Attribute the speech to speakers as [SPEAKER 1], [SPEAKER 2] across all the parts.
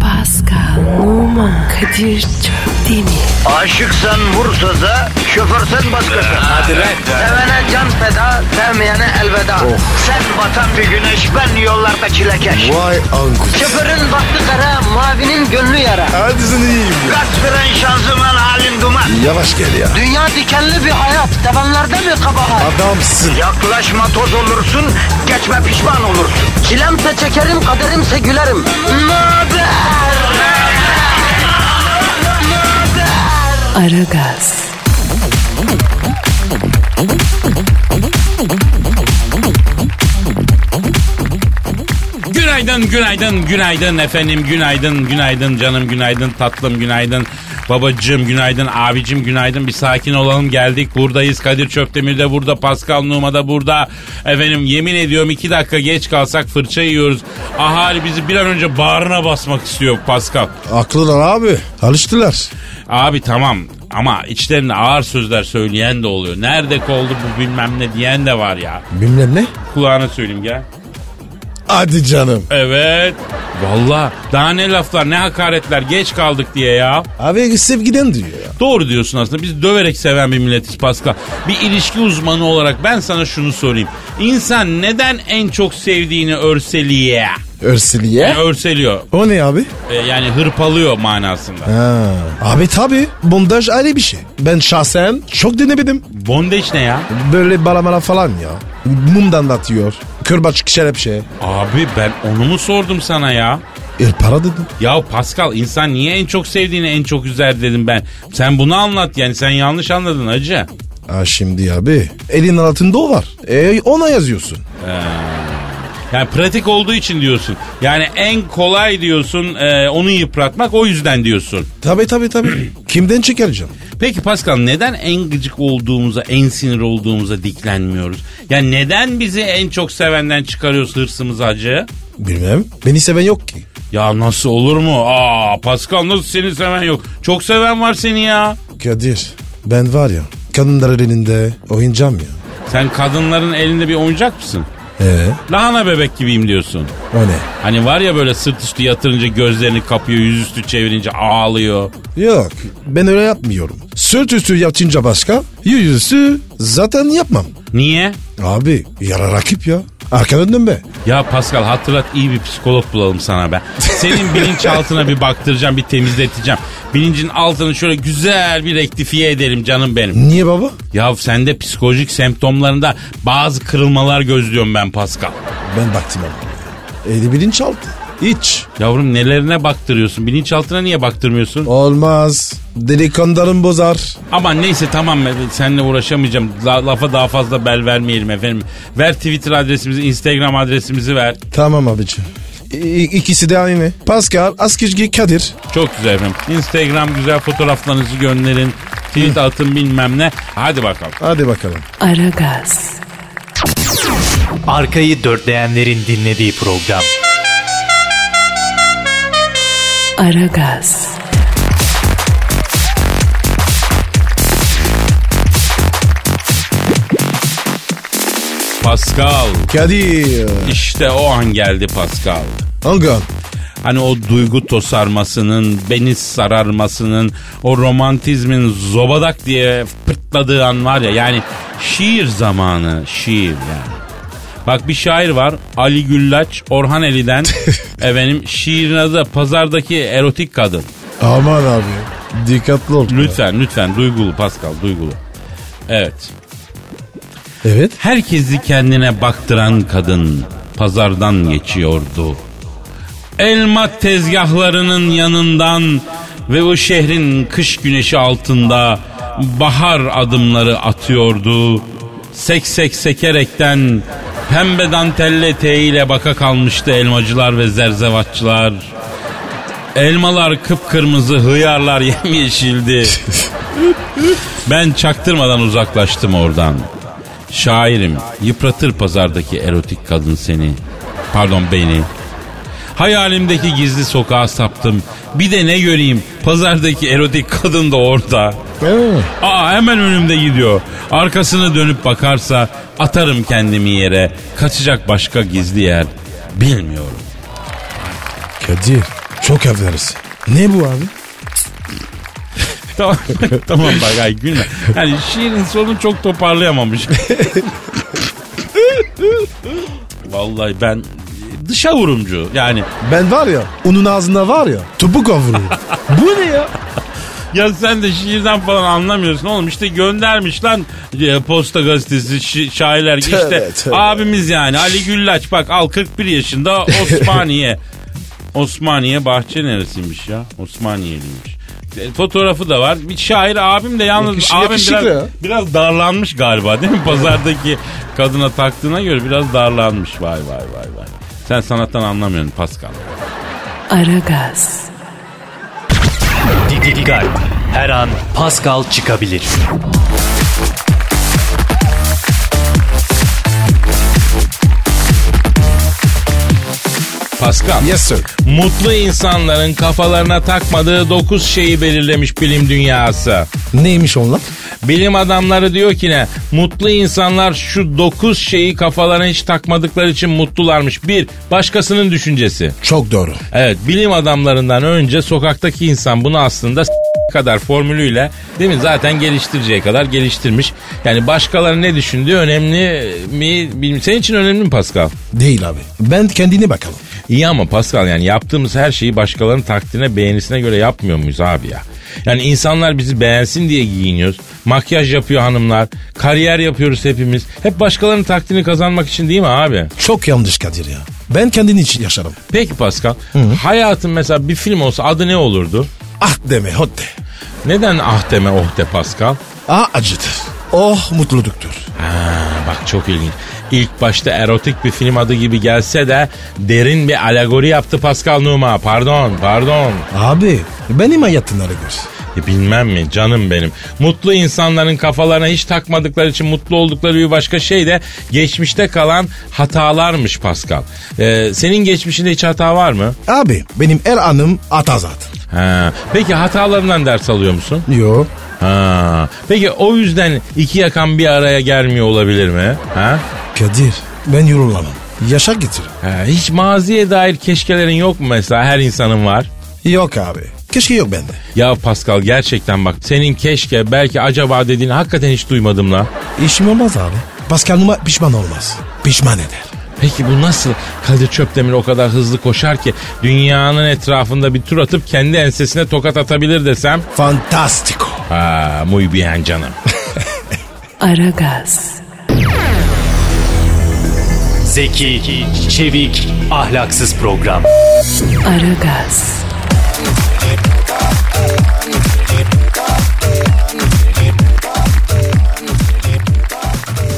[SPEAKER 1] Pascal, Oman, Kadir çok değil mi?
[SPEAKER 2] Aşıksan vursa da şoförsen başkasın.
[SPEAKER 3] Hadi lan. Oh.
[SPEAKER 2] Sevene can feda, sevmeyene elveda. Sen batan bir güneş, ben yollarda çilekeş.
[SPEAKER 3] Vay anku.
[SPEAKER 2] Şoförün baktı kara, mavinin gönlü yara.
[SPEAKER 3] Hadi sen iyiyim ya.
[SPEAKER 2] Kasperen şanzıman halin duman.
[SPEAKER 3] Yavaş gel ya.
[SPEAKER 2] Dünya dikenli bir hayat, sevenlerde mi kabahar?
[SPEAKER 3] Adamsın.
[SPEAKER 2] Yaklaşma toz olursun, geçme pişman olursun. Çilemse çekerim, kaderimse gülerim. Möber!
[SPEAKER 1] Aragaz,
[SPEAKER 4] Günaydın, günaydın, günaydın efendim, günaydın, günaydın canım, günaydın tatlım, günaydın babacığım, günaydın abicim, günaydın. Bir sakin olalım geldik buradayız. Kadir Çöptemir de burada, Pascal Numa da burada. Efendim yemin ediyorum iki dakika geç kalsak fırça yiyoruz. Ahali bizi bir an önce bağrına basmak istiyor Pascal.
[SPEAKER 3] Aklılar abi. Alıştılar.
[SPEAKER 4] Abi tamam ama içlerinde ağır sözler söyleyen de oluyor. Nerede koldu bu bilmem ne diyen de var ya.
[SPEAKER 3] Bilmem ne.
[SPEAKER 4] Kulağına söyleyeyim gel.
[SPEAKER 3] Hadi canım.
[SPEAKER 4] Evet. Valla daha ne laflar ne hakaretler geç kaldık diye ya.
[SPEAKER 3] Abi sevgiden diyor ya.
[SPEAKER 4] Doğru diyorsun aslında biz döverek seven bir milletiz Pascal. Bir ilişki uzmanı olarak ben sana şunu sorayım. İnsan neden en çok sevdiğini örseliyor?
[SPEAKER 3] Örseliye.
[SPEAKER 4] Yani örseliyor
[SPEAKER 3] O ne abi?
[SPEAKER 4] e, yani hırpalıyor manasında.
[SPEAKER 3] Ha. Abi tabi bondaj ayrı bir şey. Ben şahsen çok denemedim.
[SPEAKER 4] Bondage ne ya?
[SPEAKER 3] Böyle balamala falan ya. Mumdan da atıyor. Kırbaç şelepçe.
[SPEAKER 4] Abi ben onu mu sordum sana ya?
[SPEAKER 3] E para dedim.
[SPEAKER 4] Ya Pascal insan niye en çok sevdiğini en çok üzer dedim ben. Sen bunu anlat yani sen yanlış anladın acı.
[SPEAKER 3] Ha şimdi abi. Elin altında o var. E ona yazıyorsun.
[SPEAKER 4] Yani pratik olduğu için diyorsun. Yani en kolay diyorsun e, onu yıpratmak o yüzden diyorsun.
[SPEAKER 3] Tabi tabi tabi. Kimden çeker canım?
[SPEAKER 4] Peki Pascal neden en gıcık olduğumuza, en sinir olduğumuza diklenmiyoruz? Yani neden bizi en çok sevenden çıkarıyoruz hırsımız acı?
[SPEAKER 3] Bilmem. Beni seven yok ki.
[SPEAKER 4] Ya nasıl olur mu? Aa Pascal nasıl seni seven yok? Çok seven var seni ya.
[SPEAKER 3] Kadir ben var ya kadınlar elinde oyuncağım ya.
[SPEAKER 4] Sen kadınların elinde bir oyuncak mısın?
[SPEAKER 3] Ee,
[SPEAKER 4] Lahana bebek gibiyim diyorsun.
[SPEAKER 3] o ne?
[SPEAKER 4] Hani var ya böyle sırt üstü yatırınca gözlerini kapıyor, yüzüstü çevirince ağlıyor.
[SPEAKER 3] Yok ben öyle yapmıyorum. Sırt üstü yapınca başka yüzüstü zaten yapmam.
[SPEAKER 4] Niye?
[SPEAKER 3] Abi yara rakip ya. Arkadan dönme.
[SPEAKER 4] Ya Pascal hatırlat iyi bir psikolog bulalım sana be. Senin bilinçaltına bir baktıracağım, bir temizleteceğim. Bilincin altını şöyle güzel bir rektifiye edelim canım benim.
[SPEAKER 3] Niye baba?
[SPEAKER 4] Ya sende psikolojik semptomlarında bazı kırılmalar gözlüyorum ben Pascal.
[SPEAKER 3] Ben baktım ama. Eli bilinçaltı. Hiç.
[SPEAKER 4] Yavrum nelerine baktırıyorsun? Bilinçaltına niye baktırmıyorsun?
[SPEAKER 3] Olmaz. Delikanlarım bozar.
[SPEAKER 4] Ama neyse tamam seninle uğraşamayacağım. La- lafa daha fazla bel vermeyelim efendim. Ver Twitter adresimizi, Instagram adresimizi ver.
[SPEAKER 3] Tamam abicim. İ- ikisi de aynı. Pascal, Askizgi, Kadir.
[SPEAKER 4] Çok güzel efendim. Instagram güzel fotoğraflarınızı gönderin. Tweet atın bilmem ne. Hadi bakalım.
[SPEAKER 3] Hadi bakalım.
[SPEAKER 1] Aragaz,
[SPEAKER 5] Arkayı dörtleyenlerin dinlediği program.
[SPEAKER 1] Aragaz,
[SPEAKER 4] Pascal.
[SPEAKER 3] Kadir.
[SPEAKER 4] İşte o an geldi Pascal.
[SPEAKER 3] Angan.
[SPEAKER 4] Hani o duygu tosarmasının, beni sararmasının, o romantizmin zobadak diye pırtladığı an var ya. Yani şiir zamanı, şiir yani. Bak bir şair var Ali Güllaç Orhan Eli'den efendim şiirin adı da Pazardaki Erotik Kadın.
[SPEAKER 3] Aman abi. Dikkatli ol.
[SPEAKER 4] Lütfen lütfen duygulu Pascal duygulu. Evet.
[SPEAKER 3] Evet.
[SPEAKER 4] Herkesi kendine baktıran kadın pazardan geçiyordu. Elma tezgahlarının yanından ve o şehrin kış güneşi altında bahar adımları atıyordu. Sek sek sekerekten pembe dantelli eteğiyle baka kalmıştı elmacılar ve zerzevatçılar. Elmalar kıpkırmızı, hıyarlar yemyeşildi. ben çaktırmadan uzaklaştım oradan. Şairim yıpratır pazardaki erotik kadın seni. Pardon beni. Hayalimdeki gizli sokağa saptım. Bir de ne göreyim pazardaki erotik kadın da orada.
[SPEAKER 3] Ee,
[SPEAKER 4] Aa hemen önümde gidiyor. Arkasını dönüp bakarsa atarım kendimi yere. Kaçacak başka gizli yer. Bilmiyorum.
[SPEAKER 3] Kadir Çok affedersin. Ne bu abi?
[SPEAKER 4] tamam, tamam bak ay gülme. Yani şiirin sonunu çok toparlayamamış. Vallahi ben dışa vurumcu. Yani
[SPEAKER 3] Ben var ya onun ağzında var ya topu kavuruyor. bu ne ya?
[SPEAKER 4] ya sen de şiirden falan anlamıyorsun oğlum. İşte göndermiş lan e, posta gazetesi şi- şairler. işte
[SPEAKER 3] Tövbe, tövbe.
[SPEAKER 4] abimiz yani Ali Güllaç bak al 41 yaşında Osmaniye. Osmaniye bahçe neresiymiş ya? Osmaniyeliymiş. E, Fotoğrafı da var. Bir şair abim de yalnız
[SPEAKER 3] Yakış-
[SPEAKER 4] abim
[SPEAKER 3] yakışıklı
[SPEAKER 4] biraz,
[SPEAKER 3] ya.
[SPEAKER 4] biraz darlanmış galiba değil mi? Pazardaki kadına taktığına göre biraz darlanmış. Vay vay vay vay. Sen sanattan anlamıyorsun Pascal.
[SPEAKER 1] Aragaz,
[SPEAKER 5] Didi Digal. Her an Pascal çıkabilir.
[SPEAKER 4] Pascal.
[SPEAKER 3] Yes sir.
[SPEAKER 4] Mutlu insanların kafalarına takmadığı 9 şeyi belirlemiş bilim dünyası.
[SPEAKER 3] Neymiş onlar?
[SPEAKER 4] Bilim adamları diyor ki ne? Mutlu insanlar şu 9 şeyi kafalarına hiç takmadıkları için mutlularmış. Bir, başkasının düşüncesi.
[SPEAKER 3] Çok doğru.
[SPEAKER 4] Evet, bilim adamlarından önce sokaktaki insan bunu aslında s- kadar formülüyle değil mi zaten geliştireceği kadar geliştirmiş. Yani başkaları ne düşündüğü önemli mi? bilmiyorum. Senin için önemli mi Pascal?
[SPEAKER 3] Değil abi. Ben kendine bakalım.
[SPEAKER 4] İyi ama Pascal yani yaptığımız her şeyi başkalarının takdirine beğenisine göre yapmıyor muyuz abi ya? Yani insanlar bizi beğensin diye giyiniyoruz. Makyaj yapıyor hanımlar. Kariyer yapıyoruz hepimiz. Hep başkalarının takdirini kazanmak için değil mi abi?
[SPEAKER 3] Çok yanlış Kadir ya. Ben kendin için yaşarım.
[SPEAKER 4] Peki Pascal. Hayatın mesela bir film olsa adı ne olurdu?
[SPEAKER 3] Ah deme hot de.
[SPEAKER 4] Neden ah deme oh de Pascal?
[SPEAKER 3] Ah acıdır. Oh mutluluktur.
[SPEAKER 4] Ha, bak çok ilginç. İlk başta erotik bir film adı gibi gelse de derin bir alegori yaptı Pascal Numa. Pardon, pardon.
[SPEAKER 3] Abi benim hayatımları gör.
[SPEAKER 4] E, Bilmem mi canım benim. Mutlu insanların kafalarına hiç takmadıkları için mutlu oldukları bir başka şey de geçmişte kalan hatalarmış Pascal. E, senin geçmişinde hiç hata var mı?
[SPEAKER 3] Abi benim el anım atazat.
[SPEAKER 4] Ha. Peki hatalarından ders alıyor musun?
[SPEAKER 3] Yo.
[SPEAKER 4] Ha. Peki o yüzden iki yakan bir araya gelmiyor olabilir mi? Ha?
[SPEAKER 3] Kadir ben yorulamam. Yaşa getir.
[SPEAKER 4] Ha, hiç maziye dair keşkelerin yok mu mesela her insanın var?
[SPEAKER 3] Yok abi. Keşke yok bende.
[SPEAKER 4] Ya Pascal gerçekten bak senin keşke belki acaba dediğini hakikaten hiç duymadım la.
[SPEAKER 3] İşim olmaz abi. Paskal'ıma pişman olmaz. Pişman eder.
[SPEAKER 4] Peki bu nasıl Kadir Çöpdemir o kadar hızlı koşar ki dünyanın etrafında bir tur atıp kendi ensesine tokat atabilir desem?
[SPEAKER 3] Fantastico.
[SPEAKER 4] Ha, muy bien canım.
[SPEAKER 1] Aragaz,
[SPEAKER 5] Zeki, çevik, ahlaksız program.
[SPEAKER 1] Aragaz,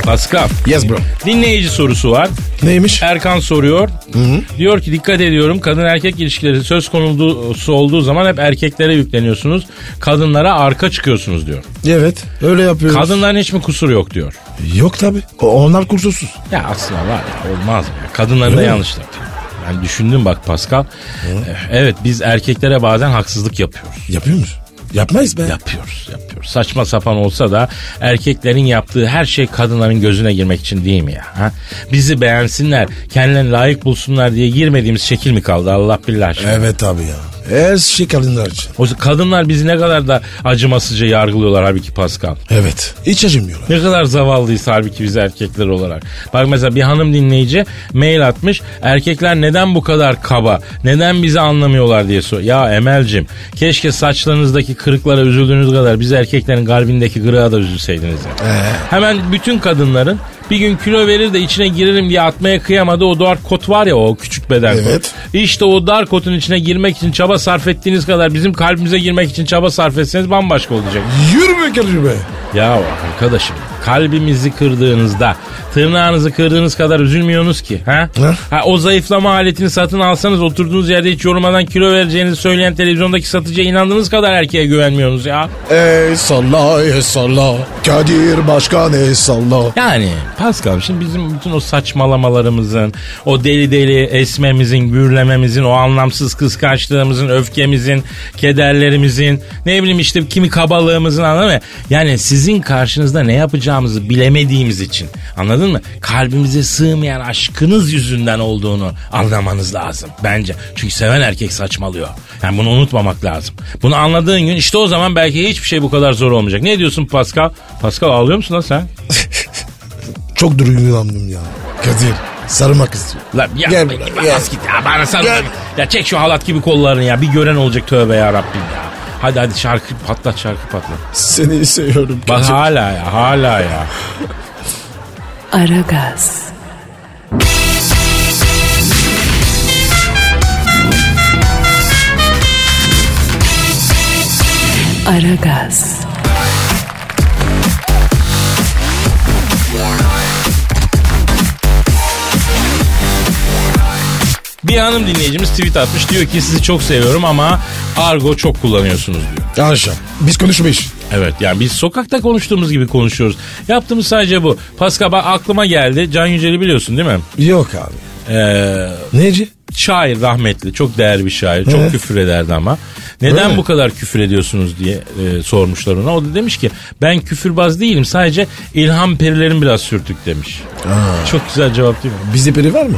[SPEAKER 4] Pascal.
[SPEAKER 3] Yes bro.
[SPEAKER 4] Dinleyici sorusu var.
[SPEAKER 3] Neymiş?
[SPEAKER 4] Erkan soruyor. Diyor ki dikkat ediyorum kadın erkek ilişkileri söz konusu olduğu zaman hep erkeklere yükleniyorsunuz. Kadınlara arka çıkıyorsunuz diyor.
[SPEAKER 3] Evet öyle yapıyoruz.
[SPEAKER 4] Kadınların hiç mi kusuru yok diyor.
[SPEAKER 3] Yok tabi. Onlar kursuzsuz.
[SPEAKER 4] Ya aslında var ya olmaz mı? ya? Kadınların da
[SPEAKER 3] Öyle mi?
[SPEAKER 4] yanlışları. Ben düşündüm bak Pascal. Eh, Evet biz erkeklere bazen haksızlık yapıyoruz.
[SPEAKER 3] Yapıyor musun? Yapmayız be.
[SPEAKER 4] Yapıyoruz, yapıyoruz. Saçma sapan olsa da erkeklerin yaptığı her şey kadınların gözüne girmek için değil mi ya? Ha? Bizi beğensinler, kendilerine layık bulsunlar diye girmediğimiz şekil mi kaldı Allah billah aşkına?
[SPEAKER 3] Evet abi ya. Her şey kadınlar için.
[SPEAKER 4] O kadınlar bizi ne kadar da acımasızca yargılıyorlar halbuki Pascal.
[SPEAKER 3] Evet. Hiç acımıyorlar.
[SPEAKER 4] Ne kadar zavallıyız halbuki biz erkekler olarak. Bak mesela bir hanım dinleyici mail atmış. Erkekler neden bu kadar kaba? Neden bizi anlamıyorlar diye soruyor. Ya Emel'cim keşke saçlarınızdaki kırıklara üzüldüğünüz kadar biz erkeklerin kalbindeki kırığa da üzülseydiniz. ya. Hemen bütün kadınların bir gün kilo verir de içine girerim diye atmaya kıyamadığı o dar kot var ya o küçük beden kotu.
[SPEAKER 3] Evet.
[SPEAKER 4] İşte o dar kotun içine girmek için çaba sarf ettiğiniz kadar bizim kalbimize girmek için çaba sarf etseniz bambaşka olacak.
[SPEAKER 3] Yürü be Kadir be.
[SPEAKER 4] Ya arkadaşım kalbimizi kırdığınızda tırnağınızı kırdığınız kadar üzülmüyorsunuz ki. Ha?
[SPEAKER 3] Ne?
[SPEAKER 4] ha? O zayıflama aletini satın alsanız oturduğunuz yerde hiç yormadan kilo vereceğinizi söyleyen televizyondaki satıcıya inandığınız kadar erkeğe güvenmiyorsunuz ya.
[SPEAKER 3] Ey salla ey salla. Kadir başkan ey salla.
[SPEAKER 4] Yani Pascal şimdi bizim bütün o saçmalamalarımızın, o deli deli esmemizin, gürlememizin, o anlamsız kıskançlığımızın, öfkemizin, kederlerimizin, ne bileyim işte kimi kabalığımızın anlamı. Yani sizin karşınızda ne yapacağını yapacağımızı bilemediğimiz için anladın mı? Kalbimize sığmayan aşkınız yüzünden olduğunu anlamanız lazım bence. Çünkü seven erkek saçmalıyor. Yani bunu unutmamak lazım. Bunu anladığın gün işte o zaman belki hiçbir şey bu kadar zor olmayacak. Ne diyorsun Pascal? Pascal ağlıyor musun lan sen?
[SPEAKER 3] Çok duygulandım ya. Kadir sarılmak istiyor.
[SPEAKER 4] Lan ya,
[SPEAKER 3] Gel
[SPEAKER 4] gel,
[SPEAKER 3] buraya, gel.
[SPEAKER 4] bas git ya bana sarıl.
[SPEAKER 3] Gel.
[SPEAKER 4] Ya çek şu halat gibi kollarını ya bir gören olacak tövbe ya Rabbim ya. Hadi hadi şarkı patlat şarkı patlat.
[SPEAKER 3] Seni seviyorum
[SPEAKER 4] Bak
[SPEAKER 3] Kadir.
[SPEAKER 4] hala ya hala ya.
[SPEAKER 1] Aragaz, Aragaz,
[SPEAKER 4] Bir hanım dinleyicimiz tweet atmış diyor ki sizi çok seviyorum ama argo çok kullanıyorsunuz diyor.
[SPEAKER 3] Aşağı. Biz konuşmayız.
[SPEAKER 4] Evet yani biz sokakta konuştuğumuz gibi konuşuyoruz. Yaptığımız sadece bu. Pascal bak aklıma geldi. Can Yücel'i biliyorsun değil mi?
[SPEAKER 3] Yok abi.
[SPEAKER 4] Ee,
[SPEAKER 3] Neci?
[SPEAKER 4] şair rahmetli çok değerli bir şair çok
[SPEAKER 3] Evet.
[SPEAKER 4] küfür ederdi ama neden
[SPEAKER 3] Öyle mi?
[SPEAKER 4] bu kadar küfür ediyorsunuz diye e, sormuşlar ona o da demiş ki ben küfürbaz değilim sadece ilham perilerim biraz sürtük demiş çok güzel cevap değil mi
[SPEAKER 3] Bizde peri var mı?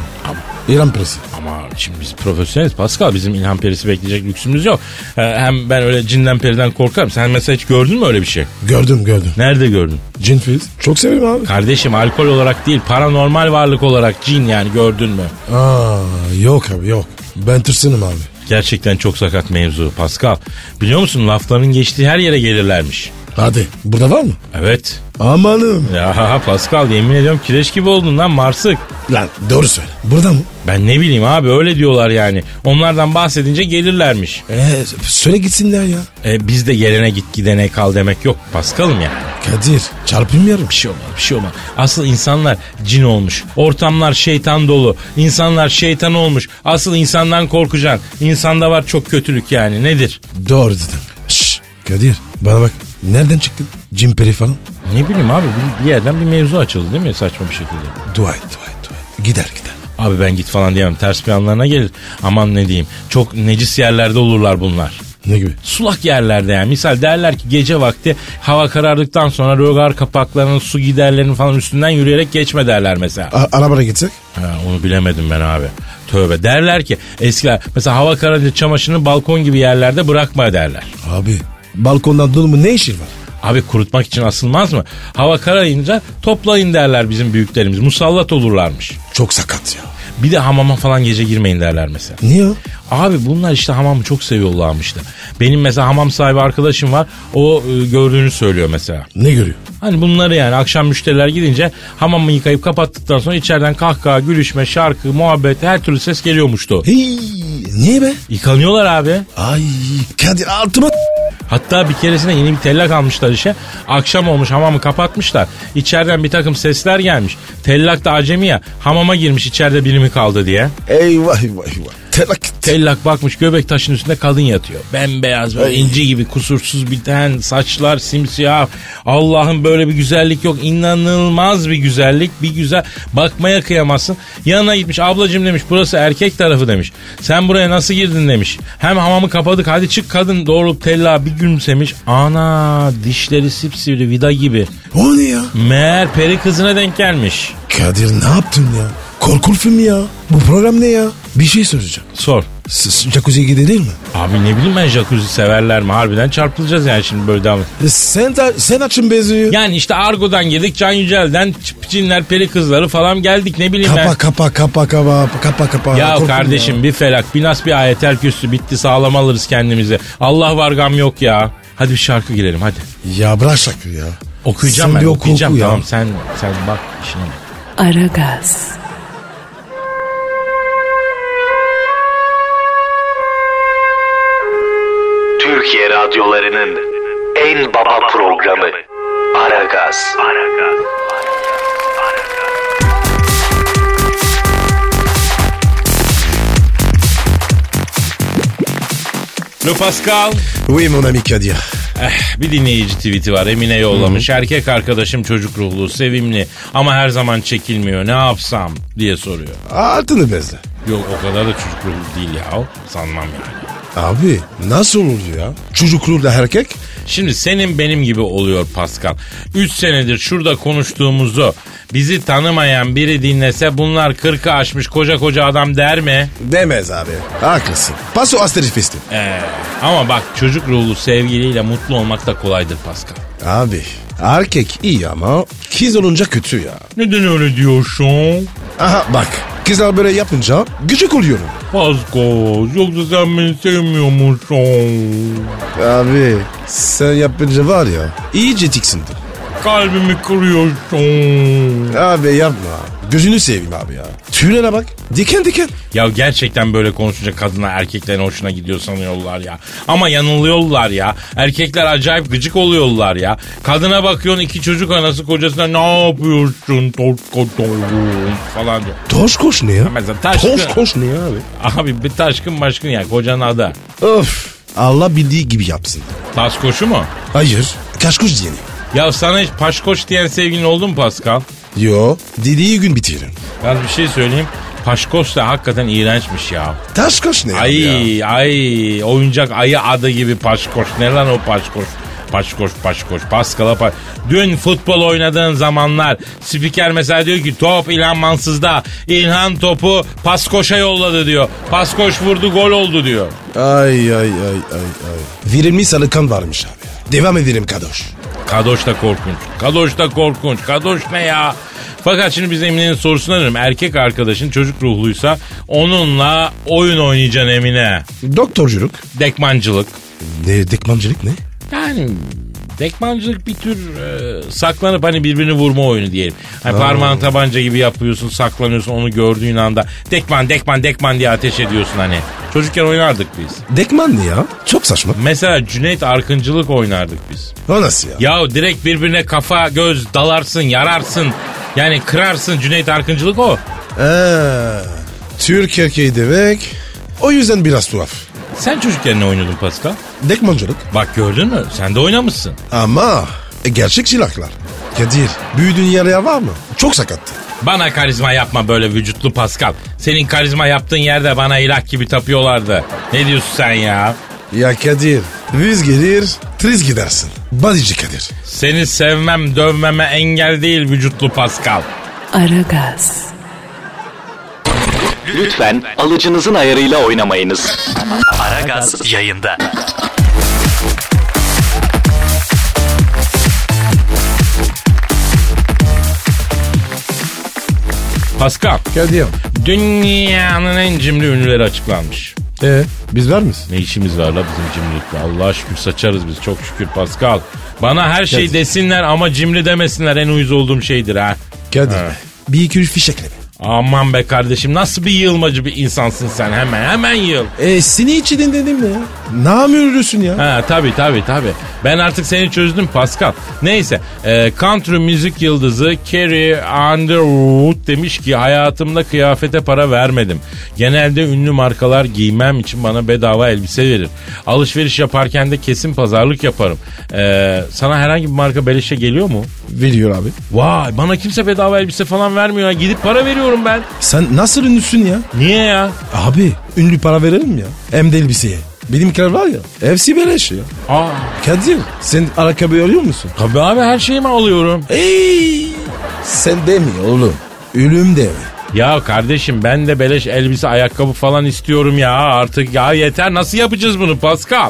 [SPEAKER 3] İran perisi.
[SPEAKER 4] ama şimdi biz profesyoneliz Pascal bizim ilham perisi bekleyecek lüksümüz yok E, hem ben öyle cinden periden korkarım sen mesela hiç gördün mü öyle bir şey
[SPEAKER 3] Gördüm gördüm.
[SPEAKER 4] nerede gördün
[SPEAKER 3] Cin filiz. Çok severim abi.
[SPEAKER 4] kardeşim alkol olarak değil paranormal varlık olarak cin yani gördün mü
[SPEAKER 3] Aa, yok abi yok. Ben tırsınım abi.
[SPEAKER 4] Gerçekten çok sakat mevzu Pascal. Biliyor musun lafların geçtiği her yere gelirlermiş.
[SPEAKER 3] Hadi. Burada var mı?
[SPEAKER 4] Evet.
[SPEAKER 3] Amanım.
[SPEAKER 4] Ya Pascal yemin ediyorum kireç gibi oldun lan Marsık.
[SPEAKER 3] Lan doğru söyle. Burada mı?
[SPEAKER 4] Ben ne bileyim abi öyle diyorlar yani. Onlardan bahsedince gelirlermiş.
[SPEAKER 3] Ee, söyle gitsinler ya.
[SPEAKER 4] E, biz de gelene git gidene kal demek yok Pascal'ım ya.
[SPEAKER 3] Kadir çarpayım yarım.
[SPEAKER 4] Bir şey olmaz bir şey olmaz. Asıl insanlar cin olmuş. Ortamlar şeytan dolu. İnsanlar şeytan olmuş. Asıl insandan korkacaksın. İnsanda var çok kötülük yani nedir?
[SPEAKER 3] Doğru dedim. Şşş Kadir bana bak. Nereden çıktın? Cin peri falan.
[SPEAKER 4] Ne bileyim abi bir- bir yerden bir mevzu açıldı değil mi saçma bir şekilde.
[SPEAKER 3] Dua et dua et dua et. Gider gider.
[SPEAKER 4] Abi ben git falan diyemem. Ters bir anlarına gelir. Aman ne diyeyim. Çok necis yerlerde olurlar bunlar.
[SPEAKER 3] Ne gibi?
[SPEAKER 4] Sulak yerlerde yani. Misal derler ki gece vakti hava karardıktan sonra rögar kapaklarının su giderlerinin falan üstünden yürüyerek geçme derler mesela.
[SPEAKER 3] A- arabada gitsek?
[SPEAKER 4] Ha, onu bilemedim ben abi. Tövbe. Derler ki eskiler mesela hava kararınca çamaşırını balkon gibi yerlerde bırakma derler.
[SPEAKER 3] Abi balkondan dolu mu ne işin var?
[SPEAKER 4] Abi kurutmak için asılmaz mı? Hava kararınca toplayın derler bizim büyüklerimiz. Musallat olurlarmış.
[SPEAKER 3] Çok sakat ya.
[SPEAKER 4] Bir de hamama falan gece girmeyin derler mesela.
[SPEAKER 3] Niye o?
[SPEAKER 4] Abi bunlar işte hamamı çok seviyorlarmış işte. Benim mesela hamam sahibi arkadaşım var. O e, gördüğünü söylüyor mesela.
[SPEAKER 3] Ne görüyor?
[SPEAKER 4] Hani bunları yani akşam müşteriler gidince hamamı yıkayıp kapattıktan sonra içeriden kahkaha, gülüşme, şarkı, muhabbet her türlü ses geliyormuştu.
[SPEAKER 3] Hey, niye be?
[SPEAKER 4] Yıkanıyorlar abi.
[SPEAKER 3] Ay Kadir altıma
[SPEAKER 4] Hatta bir keresinde yeni bir tellak almışlar işe. Akşam olmuş hamamı kapatmışlar. İçeriden bir takım sesler gelmiş. Tellak da acemi ya hamama girmiş içeride biri mi kaldı diye.
[SPEAKER 3] Eyvah eyvah eyvah. Telak.
[SPEAKER 4] Tellak bakmış göbek taşının üstünde kadın yatıyor. Bembeyaz böyle
[SPEAKER 3] Ay.
[SPEAKER 4] inci gibi kusursuz biten saçlar simsiyah. Allah'ın böyle bir güzellik yok. İnanılmaz bir güzellik. Bir güzel bakmaya kıyamazsın. Yanına gitmiş ablacım demiş burası erkek tarafı demiş. Sen buraya nasıl girdin demiş. Hem hamamı kapadık hadi çık kadın doğrulup tellağa bir gülümsemiş. Ana dişleri sipsivri vida gibi.
[SPEAKER 3] O ne ya?
[SPEAKER 4] Meğer peri kızına denk gelmiş.
[SPEAKER 3] Kadir ne yaptın ya? Korkul film ya. Bu program ne ya? Bir şey soracağım.
[SPEAKER 4] Sor.
[SPEAKER 3] Siz jacuzziye gidilir mi?
[SPEAKER 4] Abi ne bileyim ben jacuzzi severler mi? Harbiden çarpılacağız yani şimdi böyle devam
[SPEAKER 3] E, Sen, ta- sen açın beziyi.
[SPEAKER 4] Yani işte Argo'dan girdik Can Yücel'den ç- cinler peri kızları falan geldik ne bileyim
[SPEAKER 3] Kapa
[SPEAKER 4] ben.
[SPEAKER 3] kapa kapa kapa kapa kapa.
[SPEAKER 4] Ya
[SPEAKER 3] Korkun
[SPEAKER 4] kardeşim
[SPEAKER 3] ya.
[SPEAKER 4] bir felak bir nas bir ayet el küstü bitti sağlam alırız kendimizi. Allah var gam yok ya. Hadi bir şarkı girelim hadi.
[SPEAKER 3] Ya bırak şakır ya.
[SPEAKER 4] Okuyacağım
[SPEAKER 3] Sen
[SPEAKER 4] ben
[SPEAKER 3] bir oku,
[SPEAKER 4] okuyacağım
[SPEAKER 3] oku ya.
[SPEAKER 4] tamam sen sen bak işine bak.
[SPEAKER 1] Aragaz,
[SPEAKER 5] Türkiye radyolarının en baba programı Aragaz.
[SPEAKER 4] Le Pascal.
[SPEAKER 3] Oui mon ami Kadir.
[SPEAKER 4] Eh, bir dinleyici tweet'i var Emine yollamış. Erkek arkadaşım çocuk ruhlu sevimli ama her zaman çekilmiyor ne yapsam diye soruyor.
[SPEAKER 3] Altını bezle.
[SPEAKER 4] Yok o kadar da çocuk ruhlu değil ya sanmam yani.
[SPEAKER 3] Abi nasıl olur ya? Çocukluğunda erkek
[SPEAKER 4] Şimdi senin benim gibi oluyor Pascal. 3 senedir şurada konuştuğumuzu bizi tanımayan biri dinlese bunlar 40'ı aşmış koca koca adam der mi?
[SPEAKER 3] demez abi. Haklısın. Paso asterifesti.
[SPEAKER 4] Ee, ama bak çocuk ruhlu sevgiliyle mutlu olmak da kolaydır Pascal.
[SPEAKER 3] Abi erkek iyi ama kız olunca kötü ya.
[SPEAKER 4] Neden öyle diyorsun?
[SPEAKER 3] Aha bak kızlar böyle yapınca gıcık oluyorum.
[SPEAKER 4] Pascal yoksa sen beni sevmiyor musun?
[SPEAKER 3] Abi sen yapınca var ya iyice tiksindim.
[SPEAKER 4] Kalbimi kırıyorsun.
[SPEAKER 3] Abi yapma. Gözünü seveyim abi ya. Tüylere bak. Diken diken.
[SPEAKER 4] Ya gerçekten böyle konuşunca kadına erkeklerin hoşuna gidiyor sanıyorlar ya. Ama yanılıyorlar ya. Erkekler acayip gıcık oluyorlar ya. Kadına bakıyorsun iki çocuk anası kocasına ne yapıyorsun toskotoyum falan diyor.
[SPEAKER 3] Toş koş ne ya?
[SPEAKER 4] Mesela taşkın.
[SPEAKER 3] Toş koş ne ya abi?
[SPEAKER 4] Abi bir taşkın başkın ya kocanın adı.
[SPEAKER 3] Of. Allah bildiği gibi yapsın.
[SPEAKER 4] Taş koşu mu?
[SPEAKER 3] Hayır. Kaç kuş diyeni.
[SPEAKER 4] Ya sana hiç paşkoş diyen sevgilin oldu mu Pascal?
[SPEAKER 3] Yo. Dediği gün bitirin.
[SPEAKER 4] Yalnız bir şey söyleyeyim. Paşkoş da hakikaten iğrençmiş ya.
[SPEAKER 3] Taş koş ne abi ya?
[SPEAKER 4] Ay ay oyuncak ayı adı gibi paşkoş. Ne lan o paşkoş? Paşkoş paşkoş paskala paş. Dün futbol oynadığın zamanlar spiker mesela diyor ki top İlhan Mansız'da. İlhan topu paskoşa yolladı diyor. Paskoş vurdu gol oldu diyor.
[SPEAKER 3] Ay ay ay ay ay. Verimli salıkan varmış abi. Devam edelim Kadoş.
[SPEAKER 4] Kadoş da korkunç. Kadoş da korkunç. Kadoş ne ya? Fakat şimdi biz Emine'nin sorusuna dönelim. Erkek arkadaşın çocuk ruhluysa onunla oyun oynayacaksın Emine.
[SPEAKER 3] Doktorculuk.
[SPEAKER 4] Dekmancılık.
[SPEAKER 3] Ne, dekmancılık ne?
[SPEAKER 4] Yani dekmancılık bir tür e, saklanıp hani birbirini vurma oyunu diyelim. Hani parmağın tabanca gibi yapıyorsun, saklanıyorsun onu gördüğün anda dekman dekman dekman diye ateş ediyorsun hani. Çocukken oynardık biz.
[SPEAKER 3] Dekman ne ya? Çok saçma.
[SPEAKER 4] Mesela Cüneyt Arkıncılık oynardık biz.
[SPEAKER 3] O nasıl ya?
[SPEAKER 4] Ya direkt birbirine kafa, göz dalarsın, yararsın. Yani kırarsın Cüneyt Arkıncılık o.
[SPEAKER 3] Ee, Türk erkeği demek. O yüzden biraz tuhaf.
[SPEAKER 4] Sen çocukken ne oynuyordun Pascal?
[SPEAKER 3] Dekmancılık.
[SPEAKER 4] Bak gördün mü? Sen de oynamışsın.
[SPEAKER 3] Ama e, gerçek silahlar. Kadir büyüdüğün yere var mı? Çok sakattı.
[SPEAKER 4] Bana karizma yapma böyle vücutlu Pascal. Senin karizma yaptığın yerde bana ilah gibi tapıyorlardı. Ne diyorsun sen ya?
[SPEAKER 3] Ya Kadir rüz gelir triz gidersin. Badici Kadir.
[SPEAKER 4] Seni sevmem dövmeme engel değil vücutlu Pascal.
[SPEAKER 1] Aragaz,
[SPEAKER 5] Lütfen alıcınızın ayarıyla oynamayınız. Aragaz yayında.
[SPEAKER 4] Pascal,
[SPEAKER 3] Kadir.
[SPEAKER 4] dünyanın en cimri ünlüleri açıklanmış.
[SPEAKER 3] E biz var mıyız?
[SPEAKER 4] Ne işimiz var la bizim cimrilikle? Allah'a şükür saçarız biz çok şükür Pascal. Bana her şey
[SPEAKER 3] Hadi.
[SPEAKER 4] desinler ama cimri demesinler en uyuz olduğum şeydir ha.
[SPEAKER 3] Kadir.
[SPEAKER 4] Ha.
[SPEAKER 3] Bir iki üç fişekle mi?
[SPEAKER 4] Aman be kardeşim nasıl bir yığılmacı bir insansın sen hemen hemen yığıl.
[SPEAKER 3] E seni hiç dedim mi ya? Ne yapıyorsun ya?
[SPEAKER 4] Ha tabi tabi tabi. Ben artık seni çözdüm Pascal. Neyse e, country müzik yıldızı Carrie Underwood demiş ki hayatımda kıyafete para vermedim. Genelde ünlü markalar giymem için bana bedava elbise verir. Alışveriş yaparken de kesin pazarlık yaparım. E, sana herhangi bir marka beleşe geliyor mu?
[SPEAKER 3] Veriyor abi.
[SPEAKER 4] Vay bana kimse bedava elbise falan vermiyor. ya. Gidip para veriyorum ben.
[SPEAKER 3] Sen nasıl ünlüsün ya?
[SPEAKER 4] Niye ya?
[SPEAKER 3] Abi ünlü para verelim ya. Hem de elbiseye. Benimkiler var ya. Hepsi beleş ya.
[SPEAKER 4] Aa,
[SPEAKER 3] Kadir sen ayakkabı alıyor musun?
[SPEAKER 4] tabii abi her şeyimi alıyorum.
[SPEAKER 3] Ey! Sen deme oğlum. Ölüm deme.
[SPEAKER 4] Ya kardeşim ben de beleş elbise ayakkabı falan istiyorum ya artık ya yeter nasıl yapacağız bunu Pascal?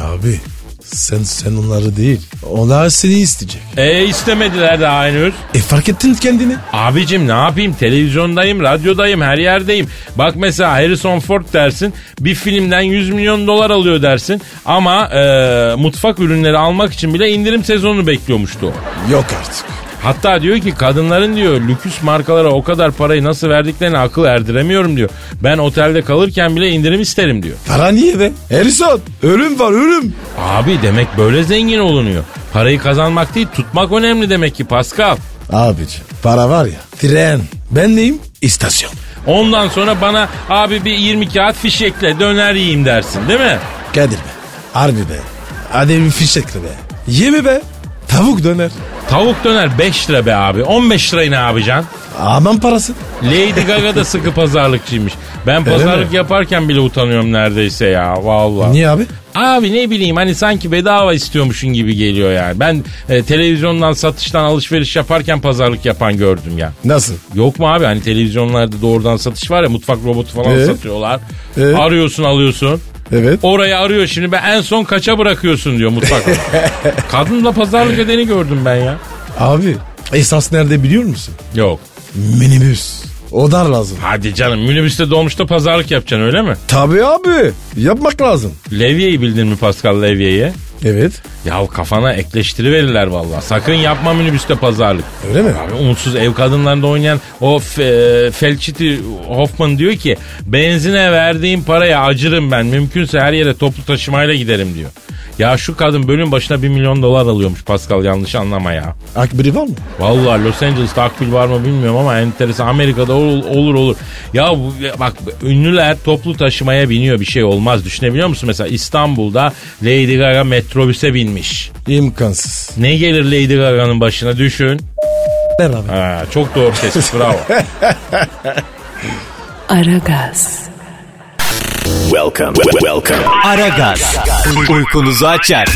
[SPEAKER 3] Abi sen sen onları değil. Onlar seni isteyecek.
[SPEAKER 4] E istemediler de henüz.
[SPEAKER 3] E fark ettin kendini.
[SPEAKER 4] Abicim ne yapayım televizyondayım radyodayım her yerdeyim. Bak mesela Harrison Ford dersin bir filmden 100 milyon dolar alıyor dersin. Ama e, mutfak ürünleri almak için bile indirim sezonu bekliyormuştu o.
[SPEAKER 3] Yok artık.
[SPEAKER 4] Hatta diyor ki kadınların diyor lüküs markalara o kadar parayı nasıl verdiklerini akıl erdiremiyorum diyor. Ben otelde kalırken bile indirim isterim diyor.
[SPEAKER 3] Para niye be? Erison ölüm var ölüm.
[SPEAKER 4] Abi demek böyle zengin olunuyor. Parayı kazanmak değil tutmak önemli demek ki Pascal.
[SPEAKER 3] Abici para var ya. Tren. Ben neyim? İstasyon.
[SPEAKER 4] Ondan sonra bana abi bir 20 kağıt fişekle döner yiyeyim dersin değil mi?
[SPEAKER 3] Kadir be. Harbi be. Hadi bir fişekli be. Yemi be. Tavuk döner.
[SPEAKER 4] Tavuk döner 5 lira be abi 15 lirayı ne yapacaksın?
[SPEAKER 3] Aman parası.
[SPEAKER 4] Lady Gaga da sıkı pazarlıkçıymış. Ben pazarlık
[SPEAKER 3] mi?
[SPEAKER 4] yaparken bile utanıyorum neredeyse ya. Vallahi.
[SPEAKER 3] Niye abi?
[SPEAKER 4] Abi ne bileyim hani sanki bedava istiyormuşun gibi geliyor yani. Ben e, televizyondan satıştan alışveriş yaparken pazarlık yapan gördüm ya.
[SPEAKER 3] Nasıl?
[SPEAKER 4] Yok mu abi hani televizyonlarda doğrudan satış var ya mutfak robotu falan
[SPEAKER 3] Ee?
[SPEAKER 4] satıyorlar.
[SPEAKER 3] Ee?
[SPEAKER 4] Arıyorsun alıyorsun.
[SPEAKER 3] Evet.
[SPEAKER 4] Orayı arıyor şimdi ben en son kaça bırakıyorsun diyor mutfak robotu. Kadınla pazarlık edeni gördüm ben ya.
[SPEAKER 3] Abi esas nerede biliyor musun?
[SPEAKER 4] Yok.
[SPEAKER 3] Minibüs. O dar lazım.
[SPEAKER 4] Hadi canım minibüste dolmuşta pazarlık yapacaksın öyle mi?
[SPEAKER 3] Tabii abi. Yapmak lazım.
[SPEAKER 4] Levye'yi bildin mi Pascal Levye'yi?
[SPEAKER 3] Evet.
[SPEAKER 4] Ya kafana ekleştiriverirler vallahi. Sakın yapma minibüste pazarlık.
[SPEAKER 3] Öyle mi?
[SPEAKER 4] Abi umutsuz ev kadınlarında oynayan o fe, Felçiti Hoffman diyor ki benzine verdiğim paraya acırım ben. Mümkünse her yere toplu taşımayla giderim diyor. Ya şu kadın bölüm başına 1 milyon dolar alıyormuş Pascal yanlış anlama ya.
[SPEAKER 3] Akbiri var mı?
[SPEAKER 4] Vallahi Los Angeles'ta akbil var mı bilmiyorum ama enteresan. Amerika'da ol- olur olur. Ya bu, bak ünlüler toplu taşımaya biniyor bir şey olmaz. Düşünebiliyor musun? Mesela İstanbul'da Lady Gaga metrobüse binmiş.
[SPEAKER 3] İmkansız.
[SPEAKER 4] Ne gelir Lady Gaga'nın başına düşün.
[SPEAKER 3] Ben abi.
[SPEAKER 4] Ha, çok doğru tespit bravo.
[SPEAKER 1] Aragaz,
[SPEAKER 5] Welcome. Welcome. Aragaz. Uykunuzu açar.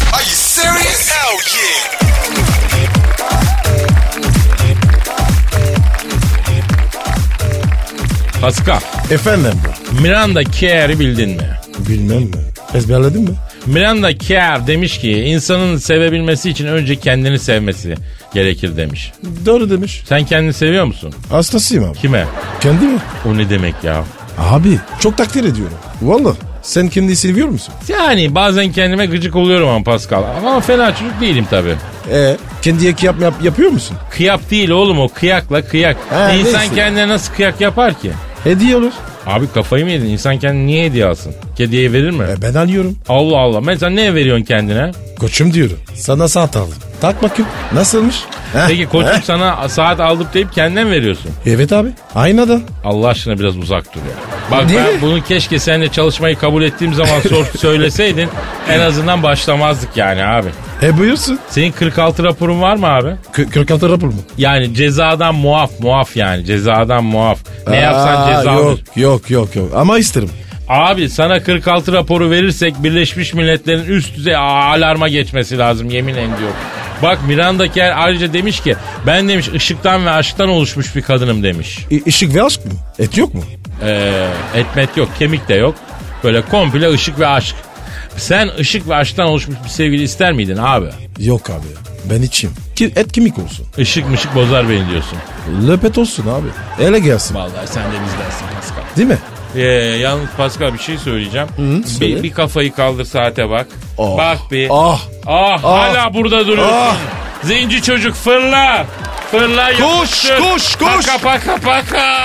[SPEAKER 4] Pascal,
[SPEAKER 3] Efendim bu.
[SPEAKER 4] Miranda Kerr'i bildin mi?
[SPEAKER 3] Bilmem mi? Ezberledin mi?
[SPEAKER 4] Miranda Kerr demiş ki insanın sevebilmesi için önce kendini sevmesi gerekir demiş.
[SPEAKER 3] Doğru demiş.
[SPEAKER 4] Sen kendini seviyor musun?
[SPEAKER 3] Hastasıyım abi.
[SPEAKER 4] Kime?
[SPEAKER 3] Kendi mi?
[SPEAKER 4] O ne demek ya?
[SPEAKER 3] Abi çok takdir ediyorum. Valla. Sen kendini seviyor musun?
[SPEAKER 4] Yani bazen kendime gıcık oluyorum ama Pascal. Ama fena çocuk değilim tabii.
[SPEAKER 3] E kendi ek yap, yap- yapıyor musun?
[SPEAKER 4] Kıyak değil oğlum o kıyakla kıyak.
[SPEAKER 3] Ha,
[SPEAKER 4] İnsan
[SPEAKER 3] neyse.
[SPEAKER 4] kendine nasıl kıyak yapar ki?
[SPEAKER 3] Hediye olur.
[SPEAKER 4] Abi kafayı mı yedin? İnsan kendine niye hediye alsın? Kediye verir mi?
[SPEAKER 3] E, ben alıyorum.
[SPEAKER 4] Allah Allah. Mesela ne veriyorsun kendine?
[SPEAKER 3] Koçum diyorum. Sana saat aldım. Tak bakayım. Nasılmış? Heh.
[SPEAKER 4] Peki koçum
[SPEAKER 3] Heh.
[SPEAKER 4] sana saat aldık deyip kendine mi veriyorsun?
[SPEAKER 3] Evet abi. Aynada.
[SPEAKER 4] Allah aşkına biraz uzak dur ya. Bak
[SPEAKER 3] Değil
[SPEAKER 4] ben
[SPEAKER 3] mi?
[SPEAKER 4] bunu keşke seninle çalışmayı kabul ettiğim zaman sor, söyleseydin en azından başlamazdık yani abi.
[SPEAKER 3] E buyursun.
[SPEAKER 4] Senin 46 raporun var mı abi?
[SPEAKER 3] Kö- Kök altı rapor mu?
[SPEAKER 4] Yani cezadan muaf muaf yani cezadan muaf. Ne yapsan
[SPEAKER 3] Aa,
[SPEAKER 4] cezadır.
[SPEAKER 3] Yok yok yok yok. Ama isterim.
[SPEAKER 4] Abi sana 46 raporu verirsek Birleşmiş Milletler'in üst düzey a- alarma geçmesi lazım yemin ediyorum. Bak Miranda Kerr ayrıca demiş ki ben demiş ışıktan ve aşktan oluşmuş bir kadınım demiş.
[SPEAKER 3] I- Işık ve aşk mı? Et yok mu?
[SPEAKER 4] Ee, etmet yok, kemik de yok. Böyle komple ışık ve aşk. Sen ışık ve aşktan oluşmuş bir sevgili ister miydin abi?
[SPEAKER 3] Yok abi. Ben içeyim. Ki, et kimik olsun.
[SPEAKER 4] Işık mışık bozar beni diyorsun.
[SPEAKER 3] Löpet olsun abi. Ele gelsin.
[SPEAKER 4] Vallahi sen de bizdensin Pascal.
[SPEAKER 3] Değil mi?
[SPEAKER 4] Ee, yalnız Pascal bir şey söyleyeceğim. bir,
[SPEAKER 3] söyle.
[SPEAKER 4] bir kafayı kaldır saate bak.
[SPEAKER 3] Ah,
[SPEAKER 4] Bak bir.
[SPEAKER 3] ah,
[SPEAKER 4] Ah,
[SPEAKER 3] ah,
[SPEAKER 4] hala burada duruyorsun.
[SPEAKER 3] ah.
[SPEAKER 4] Zenci çocuk fırla. Fırla
[SPEAKER 3] Koş,
[SPEAKER 4] yapıştır.
[SPEAKER 3] koş, koş.
[SPEAKER 4] Paka paka paka.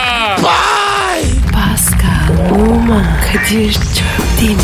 [SPEAKER 1] Pascal, Oman, Kadir çok değil mi?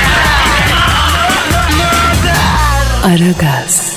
[SPEAKER 1] Aragaz.